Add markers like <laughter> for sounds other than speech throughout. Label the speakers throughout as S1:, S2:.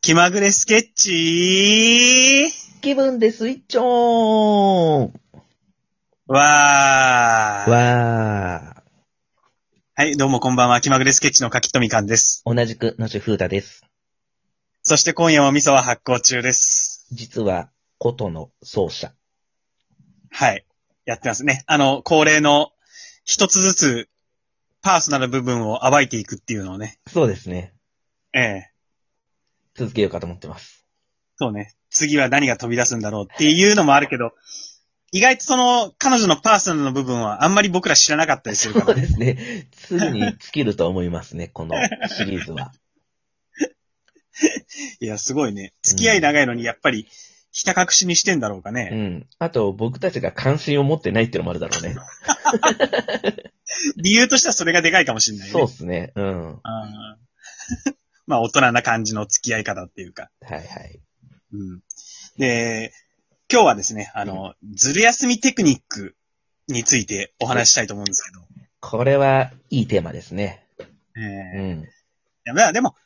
S1: 気まぐれスケッチ
S2: 気分でスイッチオン
S1: ーわー
S2: わ
S1: はい、どうもこんばんは。気まぐれスケッチの柿とみかんです。
S2: ー。同じく、のしふうだです。
S1: そして今夜も味噌は発酵中です。
S2: 実は、琴の奏者。
S1: はい。やってますね。あの、恒例の一つずつパーソナル部分を暴いていくっていうのをね。
S2: そうですね。
S1: ええ。
S2: 続けようかと思ってます。
S1: そうね。次は何が飛び出すんだろうっていうのもあるけど、意外とその彼女のパーソナルの部分はあんまり僕ら知らなかったりするか
S2: そう
S1: ら、
S2: ですね。すぐに尽きると思いますね、このシリーズ <laughs> は。
S1: いや、すごいね。付き合い長いのにやっぱりひた隠しにしてんだろうかね
S2: う。ん。あと、僕たちが関心を持ってないっていうのもあるだろうね。
S1: 理由としてはそれがでかいかもしれないね。
S2: そうっすね。うん。は
S1: あー <laughs> まあ、大人な感じの付き合い方っていうか。
S2: いはい。
S1: うん。で、今日はですね、あの、ずる休みテクニックについてお話ししたいと思うんですけど。
S2: これは、いいテーマですね。う
S1: ええ
S2: ん。
S1: いやまあでも、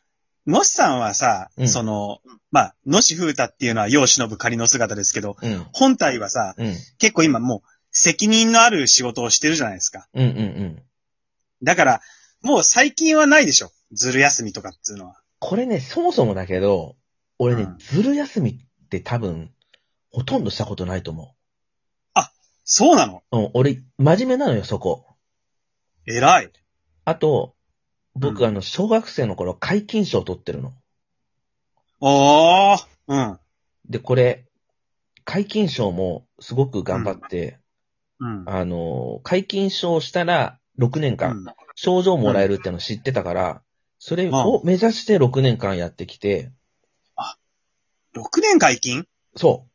S1: のしさんはさ、
S2: うん
S1: その、まあ、のしふうたっていうのは世を忍ぶ仮の姿ですけど、
S2: うん。
S1: 本体はさ、
S2: うん。
S1: 結構今もう責任のある仕事をしてるじゃないですか。
S2: うんうんうん。
S1: だから、もう最近はないでしょ。ずる休みとかっていうのは。
S2: これね、そもそもだけど、俺ね、
S1: うん
S2: ずる休みって多分、ほとんどしたことないと思
S1: そうなの
S2: う。うん、俺、真面目なのよ、そこ。
S1: 偉い。
S2: あと、僕、
S1: うん
S2: あの、小学生の頃、解禁賞取ってるの。
S1: おー。うん。
S2: で、これ、解禁賞もすごく頑張って、
S1: うん。
S2: あの、解禁賞したら6年間、賞状もらえるっての知ってたから、それを目指して6年間やってきて、
S1: うん、6年解禁
S2: そ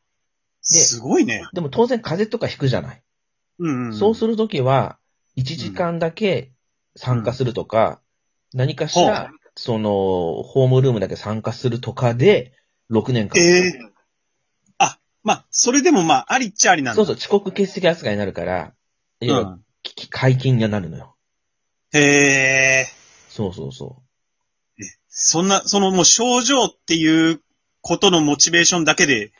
S1: すごいね。
S2: う。でも当然風邪とか引くじゃない。
S1: うん、うん。
S2: そうす
S1: る。
S2: るときは、1時間だけ参加するとか、何かし
S1: ほ
S2: ら、その、ホームルームだけ参加するとかで、6年間。
S1: ええあ、まあ、それでもまあ、ありっちゃありなんだ。
S2: そうそう、遅刻欠席扱いになるから、いわゆる
S1: ん。
S2: きき解禁になるのよ。
S1: へえ。
S2: そうそうそ
S1: そんな、そのもう症状っていうことのモチベーションだけで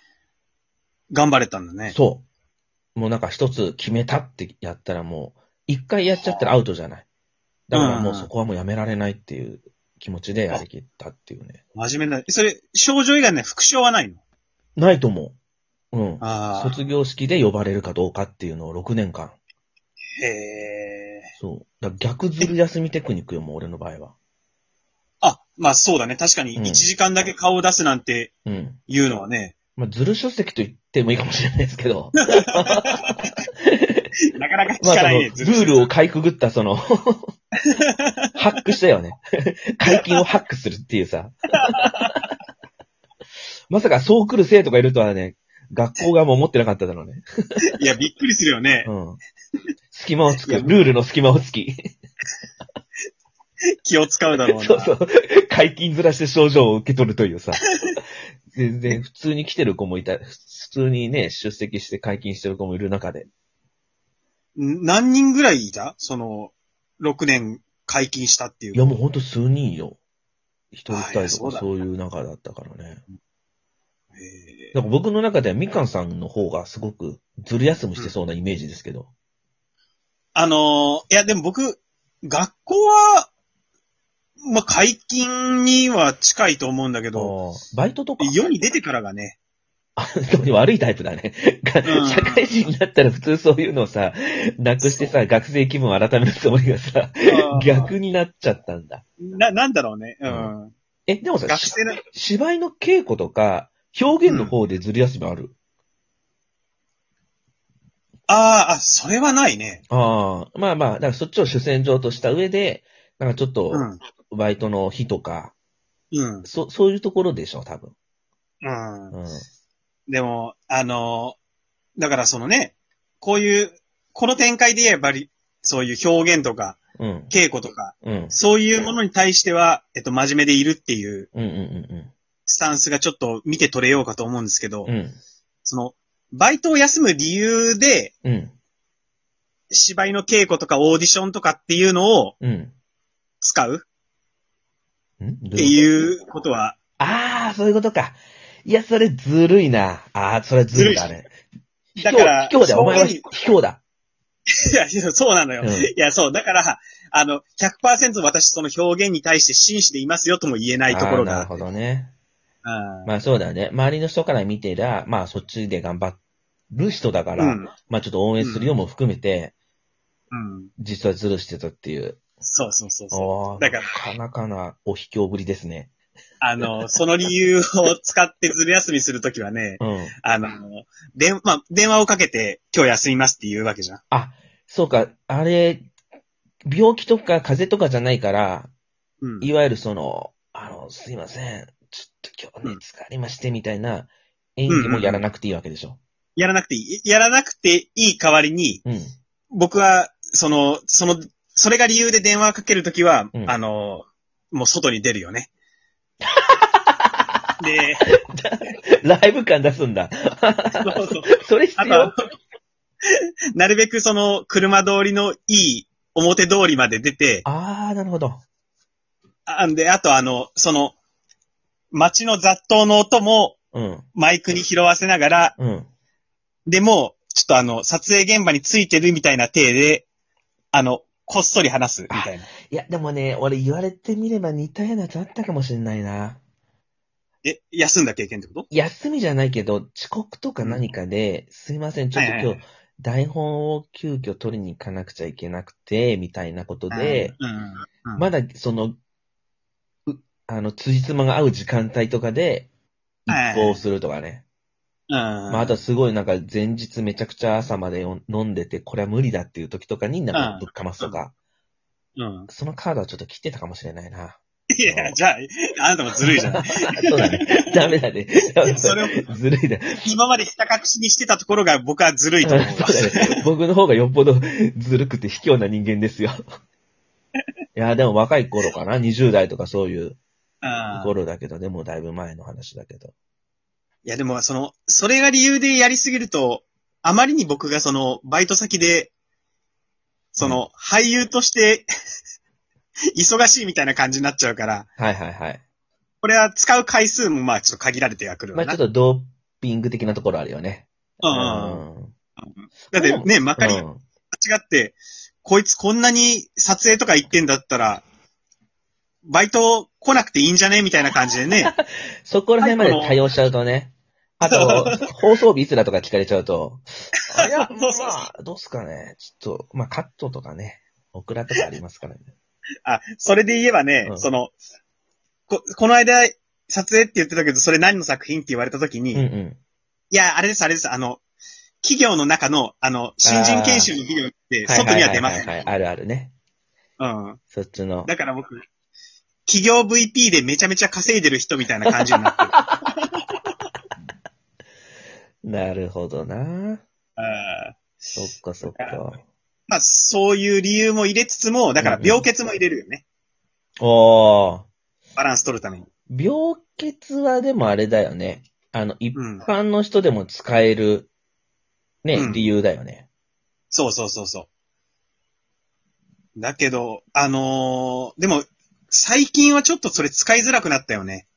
S1: 頑張れたんだ
S2: う。
S1: ね。
S2: そう。もうなんか一つ決めたってやったらもう、一回やっちゃったらアウトじゃない。だからもうそこはもうやめられないっていう気持ちでやりきったっていうね。
S1: 真面目な。それ、症状以外ね、副症はないの
S2: ないと思う。うん。
S1: ああ。
S2: 卒業式で呼ばれるかどうかっていうのを6年間。
S1: へえ。
S2: そう。だから逆ずる休みテクニックよ、もう俺の場合は。
S1: あ、まあそうだね。確かに
S2: うん
S1: 1時間だけ顔を出すなんて
S2: うん。
S1: いうのはね、
S2: まあ、ずる書籍と言ってもいいかもしれないですけど。
S1: なかなか <laughs> 聞
S2: ま
S1: か
S2: あ、その、
S1: ない
S2: ル
S1: ね。ずる
S2: ールをかいくぐった、
S1: <laughs>
S2: その、ハックしたよね。 <laughs> 解禁をハックするっていうさ。 <laughs> まさかそう来る生徒がいるとはね、学校側も思ってなかっただろうね。
S1: いや、びっくりするよね。
S2: うん。隙間をつく、ルールの隙間をつき。
S1: 気を使うだろうな。
S2: <laughs> そうそう。解禁ずらして症状を受け取る
S1: <laughs>
S2: というさ。全然、普通に来てる子もいた、普通にね、出席して解禁してる子もいる中で。
S1: ん何人ぐらいいたその、6年解禁したっていう。
S2: いや、もうほんと数人よ。一人
S1: あ
S2: 二
S1: いや
S2: 人
S1: そう
S2: と
S1: だ
S2: か、そういう中だったからね。
S1: へー
S2: なんか僕の中ではみかんさんの方がすごくずる休みしてそうなイメージですけど。
S1: あのーいや、でも僕、学校は、まあ、解禁には近いと思うんだけど、
S2: あーバイトとか
S1: 世に出てからがね、
S2: あ特に悪いタイプだね。
S1: うん
S2: 社会人になったら普通そういうのをさ、なくしてさ、学生気分を改めるつもりがさ、 <laughs> 逆になっちゃったんだ。
S1: な、なんだろうね。うん。
S2: え、でもさ、
S1: 学
S2: し
S1: 生の、
S2: 芝居の稽古とか、表現の方でずる休みある、
S1: あーあ、それはないね。
S2: ああ、まあまあ、だからそっちを主戦場とした上で、なんかちょっと
S1: う、ん。
S2: バイトの日とか、
S1: うん。
S2: そ、そういうところでしょ、多分。
S1: うん。
S2: うん。
S1: でも、あのーだからそのね、こういう、この展開で言えばり、そういう表現とか、
S2: うん。
S1: 稽古とか、
S2: うん。
S1: そういうものに対しては、えっと、真面目でいるっていう
S2: うんうんうん
S1: スタンスがちょっと見て取れようかと思うんですけど、
S2: うん。うん。
S1: その、バイトを休む理由で、
S2: うん。
S1: 芝居の稽古とかオーディションとかっていうのを
S2: うん。
S1: 使う
S2: うん。っ
S1: って
S2: う。
S1: いうことは、
S2: あああ、そういうことか。いや、それずるいな。ああ、それずるいだね。
S1: だから、
S2: 卑怯卑怯だよ。お前は
S1: そうい
S2: 卑怯だ。
S1: ういや、そうなのよ。
S2: うん
S1: いや、そう。だから、あの、100%私その表現に対して真摯でいますよとも言えないところ
S2: ああな
S1: があ
S2: る
S1: って。
S2: ほどね。
S1: うん
S2: まあそうだね。周りの人から見てりゃ、まあそっちで頑張る人だから、
S1: うん。
S2: まあちょっと応援するよも含めて、
S1: うん。
S2: 実はズルしてたっていう。
S1: そうそうそうそう。
S2: おー
S1: だから
S2: なかなかなお卑怯ぶりですね。
S1: あの、その理由を使ってずる休みするときはね、
S2: うん。
S1: あの、電まあ、電話をかけて、今日休みますって言うわけじゃん。
S2: そうか、あれ、病気とか風邪とかじゃないから、
S1: うん。
S2: いわゆるその、あの、すいません、ちょっと今日ね、疲れましてみたいな演技もやらなくていいわけでしょ。
S1: やらなくていい。やらなくていい代わりに、
S2: うん。
S1: 僕は、その、その、それが理由で電話かけるときは、
S2: うん
S1: あの、もう外に出るよね。で、
S2: ライブ感出すん <laughs> だ。
S1: そうそう。
S2: <laughs> それ必
S1: あと
S2: 要
S1: は、なるべくその、車通りのいい表通りまで出て、
S2: あー、なるほど。
S1: あんで、あとあの、その、街の雑踏の音も
S2: うん。
S1: マイクに拾わせながら、
S2: うん。
S1: でも、ちょっとあの、撮影現場についてるみたいな体で、あの、こっそり話す、みたいな。
S2: いや、でもね、俺言われてみれば似たようなやつあったかもしれないな。
S1: え、休んだ経験ってこと
S2: 休みじゃないけど、遅刻とか何かで、すいません、ちょっと今
S1: はいはい
S2: 日、台本を急遽取りに行かなくちゃいけなくて、みたいなことで、
S1: うんうんうん
S2: まだ、その、うあの、辻褄が合う時間帯とかで、
S1: はい
S2: 一行するとかね。
S1: うん。
S2: まあ、あとはすごいなんか前日めちゃくちゃ朝までよ飲んでて、これは無理だっていう時とかになん
S1: う
S2: か
S1: ん
S2: ぶっかますとか、
S1: うん。
S2: そのカードはちょっと切ってたかもしれないな。
S1: いや、じゃあ、あなたもずるいじゃない。
S2: <laughs> そうだね。ダメだね。
S1: <laughs> それを
S2: <laughs> ずるいだ。
S1: 今までひた隠しにしてたところが僕はずるいと思う
S2: そうだね。 <laughs> 僕の方がよっぽどずるくて卑怯な人間で
S1: <laughs>
S2: すよ。いや、でも若い頃かな。20代とかそういう
S1: わ。うん。
S2: 頃だけど、でもだいぶ前の話だけど。
S1: いや、でも、その、それが理由でやりすぎると、あまりに僕がその、バイト先で、その、俳優として、 <laughs> 忙しいみたいな感じになっちゃうから、
S2: はいはいはい。
S1: これは使う回数もまあちょっと限られてはくる
S2: ま
S1: わ
S2: あち
S1: な。
S2: ょっとドーピング的なところあるよね。
S1: うんうんうん
S2: うん。
S1: だってね、まかり
S2: う
S1: 間
S2: ん
S1: 違って、こいつこんなに撮影とか行ってんだったら、バイト来なくていいんじゃねみたいな感じで
S2: <laughs>
S1: ね。
S2: そこら辺まで多用しちゃうとね。
S1: <laughs>
S2: あと、放送日いつだとか聞かれちゃうと。いや、
S1: そうそうそう
S2: まあ、どうすかね。ちょっと、まあカットとかね。オクラとかあります
S1: <laughs>
S2: からね。
S1: あ、それで言えばね、
S2: うん
S1: その、こ、この間、撮影って言ってたけど、それ何の作品って言われた時に、
S2: うんう
S1: い
S2: ん。
S1: や、あれです、あれです、あの、企業の中の、あの、新人研修のビデオって、外には出ません。
S2: はいはいはいはいあるあるね。
S1: うん。
S2: そっちの。
S1: だから僕、企業 VP でめちゃめちゃ稼いでる人みたいな感じになってる。
S2: なるほどな。
S1: うん
S2: そっかそっか。
S1: まあ、そういう理由も入れつつも、だから病欠も入れるよね。
S2: おー。
S1: バランス取るために。
S2: 病欠はでもあれだよね。あの、一
S1: うん
S2: 般の人でも使える、ね、
S1: うん
S2: 理由だよね。
S1: そうそうそうそう。だけど、あのーでも、最近はちょっとそれ使いづらくなったよね。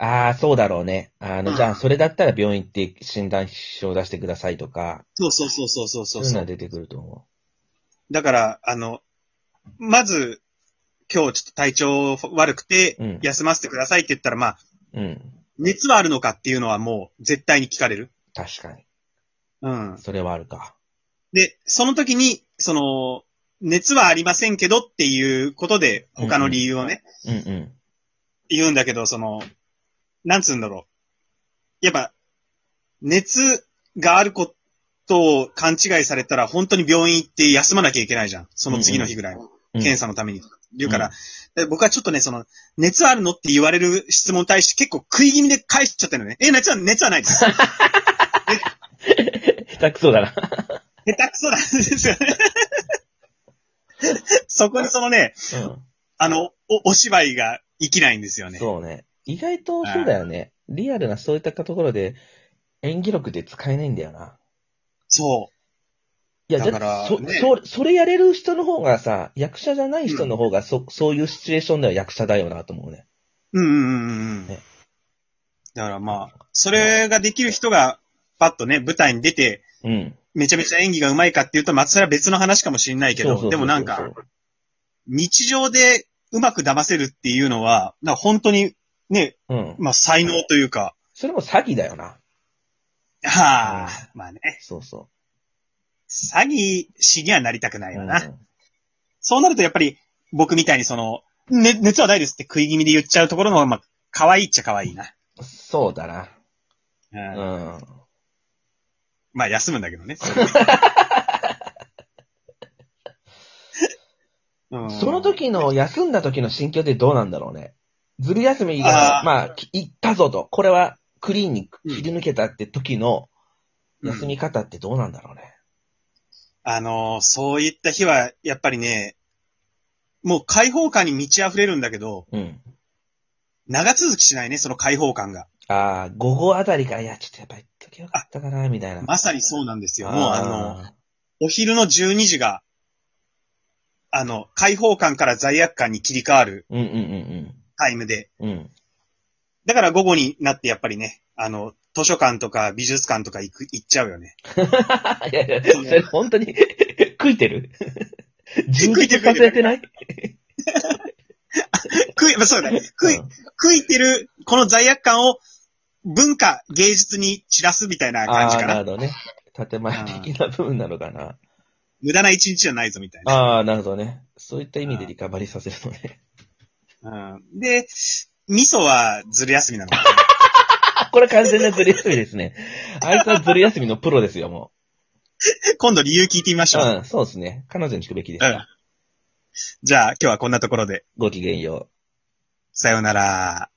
S2: ああ、そうだろうね。あの、
S1: うん
S2: じゃあ、それだったら病院行って診断書を出してくださいとか、
S1: そうそうそうそうそうそ
S2: そう
S1: う
S2: いうのは出てくると思
S1: だから、あの、まず、今日ちょっと体調悪くて
S2: うん、
S1: 休ませてくださいって言ったら、まあ、
S2: う。うん。
S1: 熱はあるのかっていうのはもう絶対に聞かれる。
S2: 確かに。
S1: うん。
S2: それはあるか。
S1: で、その時に、その、熱はありませんけどっていうことで、他の理由をね、
S2: うんうん。
S1: 言うんだけど、その、なんつうんだろう。やっぱ、熱があることを勘違いされたら、本当に病院行って休まなきゃいけないじゃん。その次の日ぐらい。
S2: うん
S1: 検査のために。言うから、で僕はちょっとね、その、熱あるのって言われる質問に対して結構食い気味で返しちゃったのね。え、熱は、熱はない
S2: <laughs>
S1: です。下
S2: 下手くそだな。
S1: 手くそなんですよね。 <laughs> そこにそのね、あの、お、お芝居が生きないんですよ
S2: うん。
S1: ね。
S2: そうね。意外とそうだよね。リアルなそういったところで、演技力で使えないんだよな。
S1: そう。
S2: いや、だ
S1: だから
S2: って
S1: ね
S2: そ、そ、それやれる人の方がさ、役者じゃない人の方が、そ、そういうシチュエーションでは役者だよなと思うね。
S1: うんうんうんうんうん
S2: ね。
S1: だからまあ、それができる人が、パッとね、舞台に出て、
S2: うん。
S1: めちゃめちゃ演技が上手いかっていうと、まあ、それは別の話かもしれないけ
S2: そうそうそう
S1: ど、で
S2: そう
S1: もなんか、、日常でうまく騙せるっていうのは、なんか本当に、ね、
S2: うん。
S1: まあ、才能というか、
S2: それも詐欺だよな。
S1: はあ、まあね、
S2: そうそ
S1: 詐欺師にはなりたくな
S2: う。
S1: いよな。
S2: うん
S1: そうなるとやっぱり、僕みたいにその、ね、熱はないですって食い気味で言っちゃうところの方が、まあ、可愛いっちゃ可愛いな。
S2: そうだな。
S1: うん。
S2: うん。
S1: まあ、休むんだけど
S2: <laughs>
S1: ね。うん
S2: その時の、休んだ時の心境ってどうなんだろうね。ずる休みが、
S1: あー
S2: まあ、き行ったぞと、これはクリーンに切り抜けたって時の
S1: うん
S2: 休み方ってどうなんだろうね。
S1: あのーそういった日は、やっぱりね、もう解放感に満ち溢れるんだけど、
S2: うん。
S1: 長続きしないね、その解放感が。
S2: ああ、午後あたりから、いや、ちょっとやっぱ行っときゃよかったかな、みたいな。
S1: まさにそうなんですよ。もうあの、
S2: ー
S1: お昼の12時が、あの、解放感から罪悪感に切り替わる
S2: うんうんうん
S1: タイムで。
S2: うん。うん。
S1: だから午後になってやっぱりね、あの、図書館とか美術館とか行く、行っちゃうよね。
S2: <laughs> いやいや、それ本当に食いてる充実させてない
S1: 食い、まあそうだね。食い、
S2: うん
S1: 食いてる、この罪悪感を文化、芸術に散らすみたいな感じ
S2: ああー、
S1: か
S2: な
S1: な。
S2: るほどね。建前的な部分なのかな。
S1: 無駄な一日じゃないぞみたいな。
S2: ああ、なるほどね。そういった意味でリカバリーさせるのね。 <laughs>
S1: うんで、味噌はずる休みな
S2: <laughs>
S1: のか
S2: あ、これ完全なずる休みです <laughs> ね。あいつはずる休みのプロですよ、も
S1: な今度理由聞いてみまし
S2: う
S1: ょう。。
S2: うん、そうですね。彼女に聞くべきです。
S1: うんじゃあ今日はこんなところで、
S2: ごきげんよう。
S1: さようなら。